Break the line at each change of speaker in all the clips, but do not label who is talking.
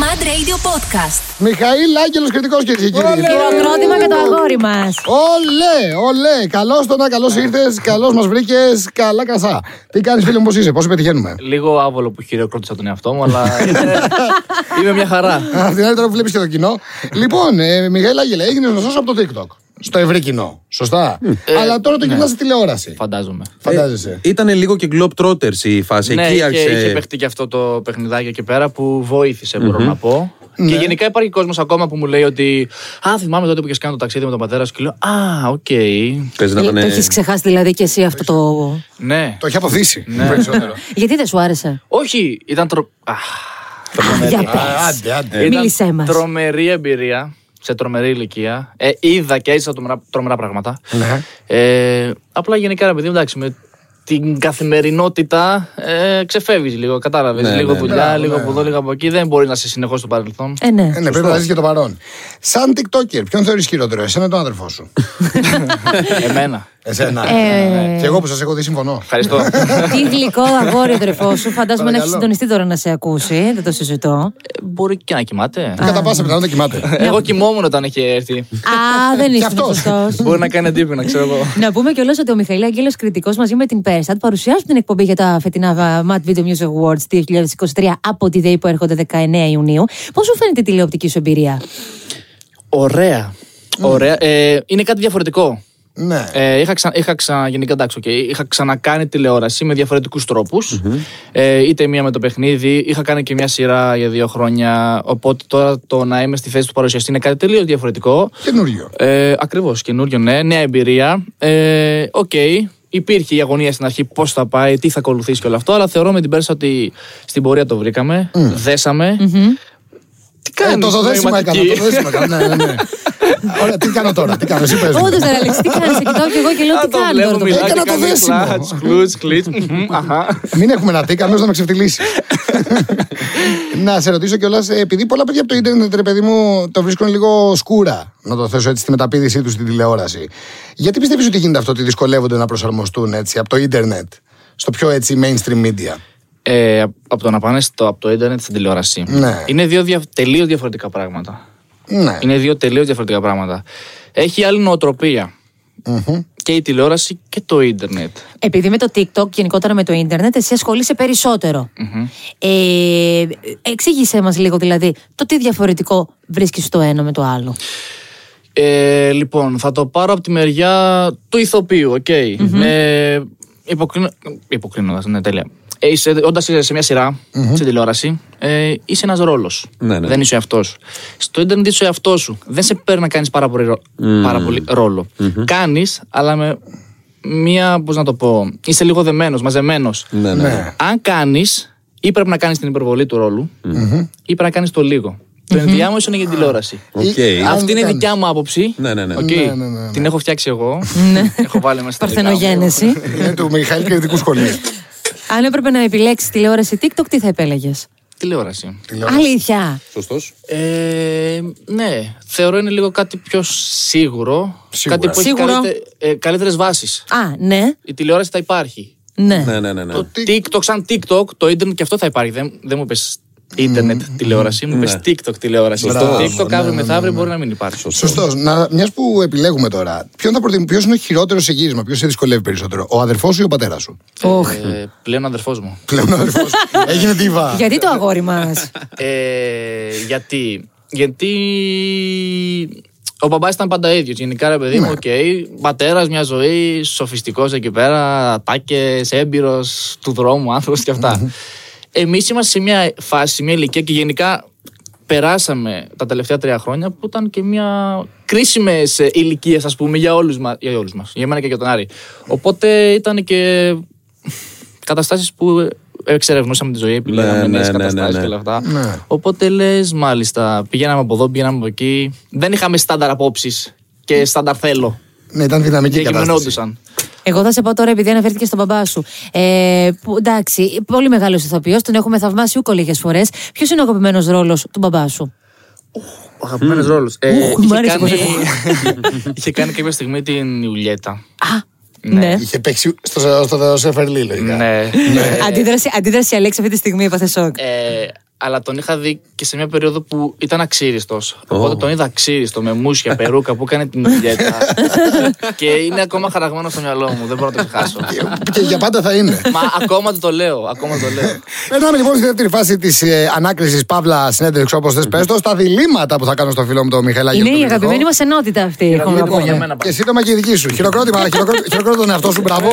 Mad Radio Podcast.
Μιχαήλ Άγγελος, κριτικός και κύριοι.
Χειροκρότημα για το αγόρι μας.
Ολέ, ολέ. Καλώς το να, καλώς ήρθες, καλώς μας βρήκες. Καλά, κασά. Τι κάνεις, φίλε μου, πώς είσαι, πώς πετυχαίνουμε.
Λίγο άβολο που χειροκρότησα τον εαυτό μου, αλλά είναι- είμαι μια χαρά.
Απ' την άλλη τώρα που βλέπεις και το κοινό. Λοιπόν, ε, Μιχαήλ Άγγελε, έγινες γνωστός από το TikTok. Στο ευρύ κοινό. Σωστά.
Ε,
Αλλά τώρα
ναι.
το κοινά στη τηλεόραση.
Φαντάζομαι. Ε.
Φαντάζεσαι.
Ήταν λίγο και Globetrotters η φάση.
ναι,
Εκεί
είχε,
άρχισε.
είχε παιχτεί και αυτό το παιχνιδάκι εκεί πέρα που βοήθησε, μπορώ να πω. Και γενικά υπάρχει κόσμος ακόμα που μου λέει ότι. Α, θυμάμαι τότε που είχες κάνει το ταξίδι με τον πατέρα σου και λέω Α, οκ.
Παίζει να
Το
ε, ήταν.
έχει Ε, ξεχάσει δηλαδή και εσύ αυτό το.
Ναι.
Το έχει αποθήσει. Περισσότερο.
Γιατί δεν σου άρεσε.
Όχι, ήταν, τρο... Α,
Για
Α,
πες.
Ε, Άντε, άντε.
ήταν
Μίλησέ μας.
τρομερή εμπειρία σε τρομερή ηλικία. Ε, είδα και έζησα τρομερά, τρομερά πράγματα.
Ναι.
Ε, απλά γενικά, ρε παιδί, μου, εντάξει, με την καθημερινότητα ε, ξεφεύγεις λίγο. Κατάλαβες.
Ναι,
λίγο
ναι,
δουλειά, λίγο από εδώ, λίγο από εκεί. Δεν μπορείς να είσαι συνεχώς στο παρελθόν.
Ε, ναι.
Ε, Ναι, πρέπει να ζεις και το παρόν. Σαν TikToker, ποιον θεωρείς χειρότερο, εσένα ή τον αδερφό σου.
Ε. Εμένα.
Εσένα.
Ε.
Και εγώ που σας έχω δει, συμφωνώ.
Ευχαριστώ.
Τι γλυκό αγόρι ο τρεφό σου. Φαντάζομαι να έχεις
Παρακαλώ.
συντονιστεί τώρα να σε ακούσει. Δεν το συζητώ.
Ε, μπορεί και να κοιμάται. Ε,
Κατά πάσα πιθανότητα κοιμάται.
Ναι.
Εγώ κοιμόμουν όταν είχε έρθει.
Α, δεν είσαι
αυτός.
σωστό.
μπορεί να κάνει αντίπεινα, ξέρω εγώ.
Να πούμε κιόλας ότι ο Μιχαήλ Αγγέλος Κριτικός μαζί με την Πέρσατ παρουσιάζουν την εκπομπή για τα φετινά uh, Mad Video Music Awards 2023 από τη ΔΕΗ που έρχονται 19 Ιουνίου. Πώς σου φαίνεται η τηλεοπτική σου εμπειρία,
Ωραία. Ωραία. Ε, είναι κάτι διαφορετικό.
Ναι.
Ε, είχα, ξα... είχα, ξα... γενικά, εντάξει, οκ, είχα ξανακάνει τηλεόραση με διαφορετικούς Ε, είτε μία με το παιχνίδι, είχα κάνει και μία σειρά για δύο χρόνια. Οπότε τώρα το να είμαι στη θέση του παρουσιαστή είναι κάτι τελείως διαφορετικό.
Καινούριο.
Ε, Ακριβώς, καινούριο, ναι, νέα εμπειρία. Ε, Οκ, υπήρχε η αγωνία στην αρχή πώς θα πάει, τι θα ακολουθήσει και όλο αυτό, αλλά θεωρώ με την Πέρσα ότι στην πορεία το βρήκαμε, δεσαμε Τι
Ε,
κάνει,
το το δέσιμο έκανα. Το δέσιμο έκανα. Ναι, ναι, ναι. Ωραία, τι κάνω τώρα, τι κάνω, εσύ πες μου.
Όντως, ρε Αλέξη, τι κάνεις. Σε κοιτάω και εγώ και λέω τι κάνω. τώρα το παιδί.
Έκανα το δέσιμο. Μην έχουμε να τίκ, αλλιώς να με ξεφτυλίσει. να σε ρωτήσω κιόλας, επειδή πολλά παιδιά από το Ιντερνετ, ρε παιδί μου, το βρίσκουν λίγο σκούρα, να το θέσω έτσι, στη μεταπίδησή τους στην τηλεόραση. Γιατί πιστεύεις ότι γίνεται αυτό, ότι δυσκολεύονται να προσαρμοστούν έτσι από το Ιντερνετ στο πιο έτσι mainstream media.
Ε, από το να πάνε στο, από το ίντερνετ στην τηλεόραση.
Ναι.
Είναι δύο δια, τελείως διαφορετικά πράγματα.
Ναι.
Είναι δύο τελείως διαφορετικά πράγματα. Έχει άλλη νοοτροπία. Και η τηλεόραση και το ίντερνετ.
Επειδή με το TikTok, γενικότερα με το ίντερνετ, εσύ ασχολείσαι περισσότερο. Ε, εξήγησέ μας λίγο δηλαδή το τι διαφορετικό βρίσκεις το ένα με το άλλο.
Ε, λοιπόν, θα το πάρω από τη μεριά του ηθοποιού, οκ. Ε, υποκρίνω- υποκρίνοντας, ναι, τέλεια. Ε, είσαι, όντας είσαι σε μια σειρα στην τηλεόραση, ε, είσαι ένας ρόλος.
Ναι, ναι.
Δεν είσαι ο εαυτός σου. Στο ίντερνετ είσαι ο εαυτός σου. Δεν σε παίρνει να κάνεις πάρα πολύ, ρο- πάρα πολύ ρόλο. Κάνεις, αλλά με μια, πώς να το πω, είσαι λίγο δεμένος, μαζεμένος.
Ναι, ναι.
Ναι.
Αν κάνεις, ή πρέπει να κάνεις την υπερβολή του ρολου ή πρέπει να κάνεις το λίγο. Το ενδιάμεσο είναι για την τηλεόραση.
Οκ.
Ε, αν
Αυτή είναι η
κάνεις.
δικιά μου άποψη.
Ναι, ναι, ναι.
Οκ.
Ναι, ναι, ναι, ναι.
Την έχω φτιάξει εγώ. έχω βάλει μέσα στα δικά μου.
Παρθενογένεση.
Είναι του Μιχαήλ Κρητικού Σχολείου.
Αν έπρεπε να επιλέξεις τηλεόραση TikTok, τι θα επέλεγες.
Τηλεόραση.
Αλήθεια.
Σωστός.
Ε, ναι, θεωρώ είναι λίγο κάτι πιο σίγουρο.
Σίγουρα.
Κάτι που έχει
Σίγουρο.
καλύτε, ε, καλύτερες βάσεις.
Α, ναι,
Η τηλεόραση θα υπάρχει.
ναι.
Ναι, ναι, ναι. ναι.
Το TikTok, σαν TikTok, το ίντερνετ και αυτό θα υπάρχει. Δεν, δεν μου είπε ίντερνετ τηλεόραση, μου είπε TikTok τηλεόραση. Το
Ναι. Μπράβο,
TikTok
ναι,
αύριο μεθαύριο μπορεί να μην υπάρχει.
Σωστό. Μιας που επιλέγουμε τώρα, ποιον θα προτιμ- ποιος είναι ο χειρότερος σε γύρισμα, ποιος σε δυσκολεύει περισσότερο, ο αδερφός ή ο πατέρας σου.
Οχ.
Ε, πλέον αδερφός μου.
Πλέον ο αδερφός. Έγινε τίβα.
Γιατί το αγόρι μας.
Ε, γιατί. Γιατί. Ο μπαμπά ήταν πάντα ίδιος. Γενικά, ρε παιδί μου, οκ. Πατέρας, μια ζωή, σοφιστικός εκεί πέρα, ατάκες, έμπειρος του δρόμου, άνθρωπος και αυτά. Εμείς είμαστε σε μια φάση, μια ηλικία και γενικά περάσαμε τα τελευταία τρία χρόνια που ήταν και μια κρίσιμες ηλικίες, ας πούμε, για όλους μα. Για, όλους μας, για μένα και για τον Άρη. Οπότε ήταν και καταστάσεις που ε, εξερευνούσαμε τη ζωή, επιλέγαμε
Ναι,
ναι,
ναι,
νέες
ναι, ναι,
καταστάσεις
ναι.
και όλα αυτά. Οπότε λες, μάλιστα, πηγαίναμε από εδώ, πηγαίναμε από εκεί. Δεν είχαμε στάνταρ απόψεις και στάνταρ θέλω.
Ναι, ήταν δυναμική
Και
η κατάσταση.
γυμνόντουσαν.
Εγώ θα σε πω τώρα, επειδή αναφέρθηκε στον μπαμπά σου. Ε, που, εντάξει, πολύ μεγάλος ηθοποιός, τον έχουμε θαυμάσει ούκο λίγες φορές. Ποιος είναι ο αγαπημένος ρόλος του μπαμπά σου,
Ο Ε, αγαπημένο ρόλο.
Ουχ, μ' άρεσε πως
είχε κάνει κάποια στιγμή την Ιουλιέτα.
Α, ναι.
Είχε παίξει στο, στο, στο Σεφερλί, λογικά.
Ναι.
Αντίδραση, αντίδραση Αλέξη αυτή τη στιγμή έπαθε σοκ.
Ε, αλλά τον είχα δει και σε μια περίοδο που ήταν αξίριστος. Οπότε τον είδα αξίριστο με μουσια, περούκα που έκανε την ουλιέτα. και είναι ακόμα χαραγμένο στο μυαλό μου. Δεν μπορώ να το ξεχάσω.
Και για πάντα θα είναι.
Μα ακόμα του το λέω. Ακόμα το λέω.
Περνάμε λοιπόν στη δεύτερη φάση της ε, ανάκρισης Παύλα συνέντευξη, όπως θες πες το, στα διλήμματα που θα κάνω στο φίλο μου το Μιχαήλ Αγίου.
Είναι
τον
Ναι, η
Λιδικό.
αγαπημένη μας ενότητα αυτή.
Χειροκρότημα
έχουμε να πούμε.
για μένα.
Και σύντομα και η δική σου. Χειροκρότημα, χειροκρό- χειροκρότημα τον εαυτό σου, μπράβο.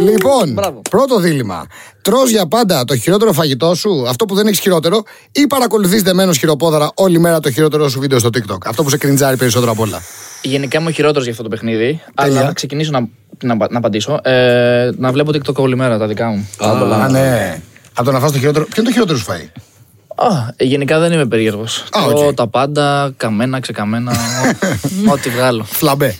Λοιπόν,
Ναι. Μπράβο.
πρώτο δίλημα. Τρώ για πάντα το χειρότερο φαγητό σου, αυτό που δεν έχεις χειρότερο, ή παρακολουθείς δεμένος χειροπόδαρα όλη μέρα το χειρότερο σου βίντεο στο TikTok. Αυτό που σε κριντζάρει περισσότερο απ' όλα.
Γενικά είμαι ο χειρότερος για αυτό το παιχνίδι.
Τέλεια.
Αλλά θα ξεκινήσω να, να, να απαντήσω. Ε, να βλέπω TikTok όλη μέρα τα δικά μου.
Α, ναι. Από το να φας το χειρότερο. Ποιο είναι το χειρότερο σου φαΐ.
Α, ε, γενικά δεν είμαι περίεργος.
Α, οκ.
Τα πάντα, καμένα, ξεκαμένα. ό- ό,τι βγάλω.
Φλαμπέ.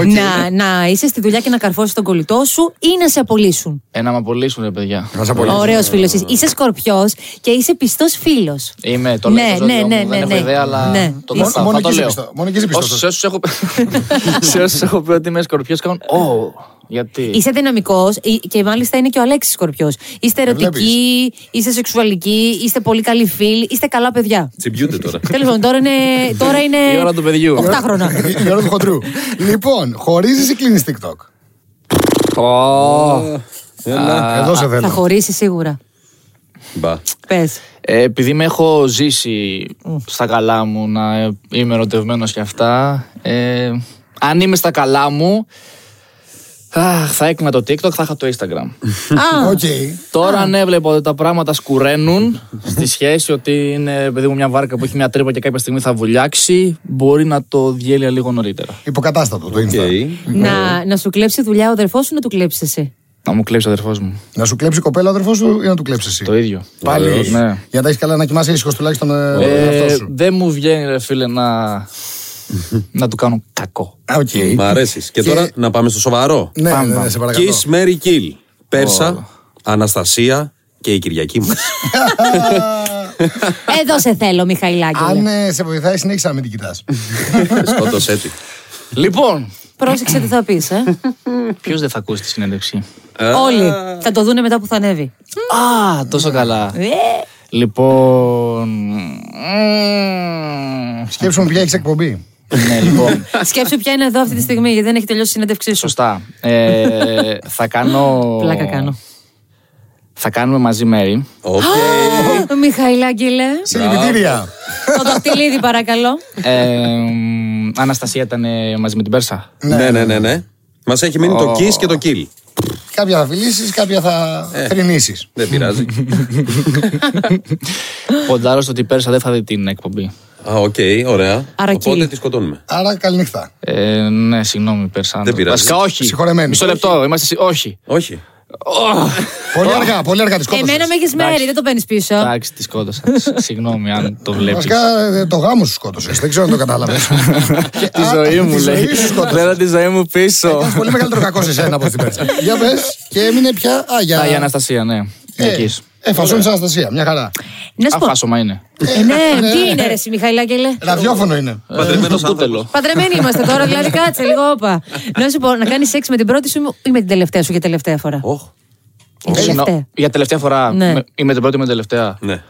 Οκ.
Να, να είσαι στη δουλειά και να καρφώσεις τον κολλητό σου ή να σε απολύσουν.
Ε, να με απολύσουν, ρε παιδιά.
Να σε απολύσω.
Ωραίος φίλος. Είσαι σκορπιός και είσαι πιστός φίλος.
Είμαι, το
Ναι,
λέω. στο
ναι,
ζώδιο
ναι,
μου,
ναι,
Δεν έχω
ναι.
ιδέα, αλλά.
Ναι.
Το
Μόνο-
θα,
μόνο
θα
και
το
είσαι
λέω.
πιστό- μόνο και είσαι πιστός.
Όσους- Σε όσου έχω... σε όσους έχω πει ότι είμαι σκορπιός, κάνουν. Ω, γιατί.
Είσαι δυναμικός και μάλιστα είναι και ο Αλέξης σκορπιός.
Ε,
Είστε ερωτικοί, είστε σεξουαλικοί, είστε πολύ καλοί φίλοι, είστε καλά παιδιά.
Τσιμπιούνται τώρα.
Τέλος πάντων, τώρα είναι. Τώρα είναι
Η ώρα του παιδιού.
8 χρόνια.
Η ώρα του χοντρού. Λοιπόν, χωρίζεις ή κλείνεις TikTok.
Ω.
Εδώ σε
Θα
θέλω.
χωρίσει σίγουρα.
Μπα.
Πες.
Ε, επειδή με έχω ζήσει στα καλά μου να ε, είμαι ερωτευμένος και αυτά. Ε, αν είμαι στα καλά μου. Αχ, θα έκανα το TikTok, θα είχα το Instagram.
Α,
Οκ.
Τώρα αν έβλεπα ότι τα πράγματα σκουραίνουν στη σχέση, ότι είναι παιδί μου μια βάρκα που έχει μια τρύπα και κάποια στιγμή θα βουλιάξει, μπορεί να το διέλυα λίγο νωρίτερα.
Υποκατάστατο το Insta.
Okay.
να, να σου κλέψει δουλειά ο αδερφός σου να του κλέψεις εσύ.
Να μου κλέψει ο αδερφός μου.
Να σου κλέψει η κοπέλα ο αδερφός σου ή να του κλέψεις
Το
εσύ.
ίδιο.
Πάλι.
Ναι.
Για να τα έχεις καλά να κοιμάσαι ήσυχος τουλάχιστον ε, τον εαυτό
Ε,
σου.
δεν μου βγαίνει, ρε φίλε, να, να του κάνω κακό.
Α, οκ.
Μ' αρέσεις. Και τώρα να πάμε στο σοβαρό.
Ναι, ναι, ναι, σε παρακαλώ.
Kiss Mary Kill. Πέρσα, Αναστασία και η Κυριακή μας.
Εδώ σε θέλω, Μιχαηλάκη.
Αν ε, σε βοηθάει, συνέχισα να μην την κοιτάς.
Σκότωσέ τη.
Λοιπόν,
Πρόσεξε τι θα πεις, ε.
ποιος δεν θα ακούσει τη συνέντευξη.
Όλοι θα το δούνε μετά που θα ανέβει.
Α, τόσο καλά.
Ε,
Λοιπόν. μμμ,
Σκέψου μου ποια έχεις εκπομπή.
Ναι, λοιπόν.
Σκέψου ποια είναι εδώ αυτή τη στιγμή, γιατί δεν έχει τελειώσει η συνέντευξή σου.
Σωστά. Ε, θα κάνω.
Πλάκα κάνω.
Θα κάνουμε μαζί μέρη.
Οκ.
Α, Μιχαηλάκηλε.
Συλληπιτήρια.
Το δαχτυλίδι, παρακαλώ.
Ε, μ, Αναστασία ήταν ε, μαζί με την Πέρσα.
Ναι, ναι, ναι, ναι. Μας έχει μείνει το Kiss και το Kill.
Κάποια θα φιλήσεις, κάποια θα θρυνήσεις.
Δεν πειράζει.
Ποντάρω στο ότι η Πέρσα δεν θα δει την εκπομπή.
Α, οκ, ωραία.
Άρα
Οπότε
kill.
τη σκοτώνουμε.
Άρα καληνύχτα.
Ε, ναι, συγγνώμη, Πέρσα.
Δεν πειράζει.
Βασικά, όχι.
Συγχωρεμένη.
Μισό λεπτό. Είμαστε. συ- Όχι.
Όχι.
Πολύ αργά, πολύ αργά τη σκότωσες.
Εμένα με έχεις μέρη, δεν το παίρνεις πίσω.
Εντάξει, τη σκότωσα. Συγγνώμη αν το βλέπεις.
Βασικά ε, το γάμο σου σκότωσες. Δεν ξέρω αν το κατάλαβες.
Τη ζωή μου, λέει.
Τη ζωή σου σκότωσες.
Θέλω τη ζωή μου πίσω.
Ε,
Ήταν πολύ μεγαλύτερο κακό σε σένα από την πέρσι. Για πες και έμεινε πια. Α, για.
Α, η Αναστασία, ναι.
Ε,
Εκεί.
ε, φασόνι σαν Αναστασία, μια χαρά.
Να σου πω.
Αφάσωμα είναι.
Ε, Ναι, τι είναι, ρε, εσύ, Μιχαηλάκηλε.
Ραδιόφωνο είναι.
Ε,
Παντρεμένος
Ε,
άνθρωπο.
Παντρεμένοι είμαστε τώρα, δηλαδή κάτσε λίγο όπα. Να σου πω, να κάνεις σεξ με την πρώτη σου ή με την τελευταία σου για τελευταία φορά.
Οχ.
Για Ε, τελευταία.
Για τελευταία φορά.
Ναι.
με- Ή με την πρώτη ή με την τελευταία.
Ναι.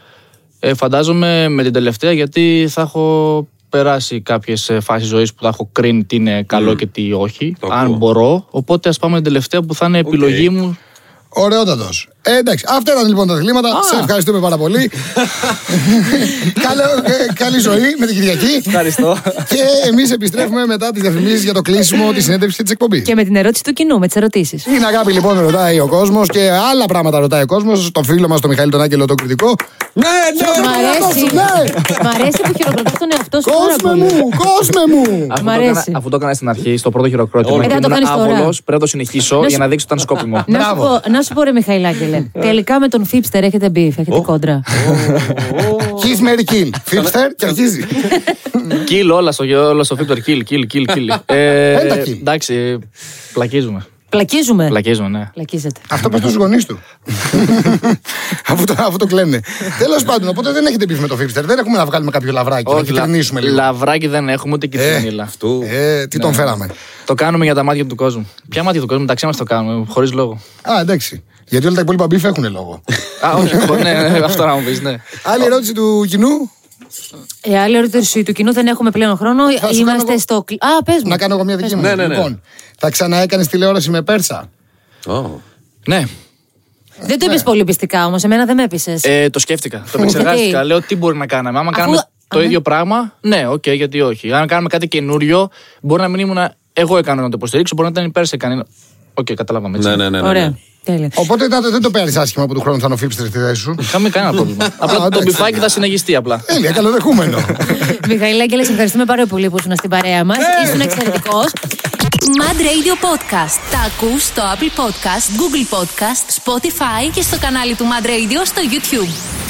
Ε, φαντάζομαι με την τελευταία γιατί θα έχω περάσει κάποιες φάσεις ζωής που θα έχω κρίνει τι είναι καλό και τι όχι.
Mm. Το
αν
ακούω.
μπορώ. Οπότε ας πάμε την τελευταία που θα είναι επιλογή μου.
Ωραιότατος. Ε, εντάξει, αυτά ήταν λοιπόν τα διλήμματα. Σε ευχαριστούμε πάρα πολύ. Καλό- ε, καλή ζωή με την Κυριακή.
Ευχαριστώ.
Και εμείς επιστρέφουμε μετά τις διαφημίσεις για το κλείσιμο τη συνέντευξη της εκπομπής.
Και με την ερώτηση του κοινού, με τις ερωτήσεις.
Την αγάπη λοιπόν ρωτάει ο κόσμος και άλλα πράγματα ρωτάει ο κόσμος. Το φίλο μας, τον Μιχαήλ τον Άγγελο, τον κριτικό.
Ναι, ναι.
Μ' αρέσει.
Ναι.
Μ' αρέσει που χειροκροτάς τον εαυτό σου πάρα
Κόσμε
πολύ.
μου, κόσμε μου.
Αφού
Μ'
το,
αρέσει.
έκανα, αφού το έκανα στην αρχή, στο πρώτο χειροκρότημα.
Ε,
και
θα το
ήμουν
κάνεις τώρα.
άβολος, πρέπει να το συνεχίσω για να δείξω ότι ήταν σκόπιμο.
Να σου,
Μπράβο.
πω, να σου πω ρε Μιχαηλάκελε, τελικά με τον Φίπστερ έχετε μπιφ, έχετε κόντρα.
Kiss Mary Kill. Φίπστερ και αρχίζει.
Κιλ όλα στο, όλα στο Twitter. Κιλ, κιλ, κιλ, κιλ. Ε,
Πέντα kill.
Εντάξει, πλακίζουμε.
Πλακίζουμε.
Πλακίζουμε, ναι.
Πλακίζετε.
Αυτό πες στους γονείς του. αφού, το, αφού το κλαίνε. Τέλος πάντων, οπότε δεν έχετε μπει με το Φίπστερ. Δεν έχουμε να βγάλουμε κάποιο λαβράκι. να
λα- Ναι.
κυκλινήσουμε λίγο.
λαβράκι δεν έχουμε ούτε κυκλινίλα.
Αυτού.
Ε, τι τον φέραμε.
Το κάνουμε για τα μάτια του κόσμου. Ποια μάτια του κόσμου, μεταξύ μα το κάνουμε, χωρίς λόγο.
Α, εντάξει. Γιατί όλα τα υπόλοιπα μπιφ έχουν λόγο.
Α, όχι, μπορεί, ναι, ναι, αυτό να μου πεις, ναι.
Άλλη ερώτηση του κοινού.
Ε, άλλη ερώτηση του κοινού δεν έχουμε πλέον χρόνο.
κάνω
Είμαστε
εγώ-
στο. κλ- Α, πες μου.
Να κάνω εγώ μια δική μου.
Ναι, ναι, ναι.
Λοιπόν, θα ξαναέκανες τηλεόραση με Πέρσα.
Ω.
Ναι,
Δεν το είπες πολύ πιστικά όμως. Εμένα δεν με έπεισες.
ε, το σκέφτηκα. Το επεξεργάστηκα.
Γιατί?
Λέω τι μπορεί να κάναμε. Άμα
Αφού-
κάνουμε το
Α, ναι.
ίδιο πράγμα, ναι, οκ, γιατί όχι. Αν κάνουμε κάτι καινούριο, μπορεί να μην ήμουν εγώ ικανό να το υποστηρίξω, μπορεί να ήταν η Πέρσα ικανή. Οκ, καταλάβαμε έτσι.
Ναι, ναι, ναι. ναι, ναι.
Ωραία. Τέλεια.
Οπότε τότε δεν το παίρνεις άσχημα που του χρόνου θα είναι ο Φίπστερ στη θέση σου.
Είχαμε κανένα πρόβλημα. Απλά το
εντάξει.
μπιφάκι θα συνεχιστεί απλά.
Τέλεια, καλοδεχούμενο.
Μιχαήλ Άγγελε, σε ευχαριστούμε πάρα πολύ που ήσουν στην παρέα μας. Ήσουν εξαιρετικός.
Mad Radio Podcast. Τα ακούς στο Apple Podcast, Google Podcast, Spotify και στο κανάλι του Mad Radio στο YouTube.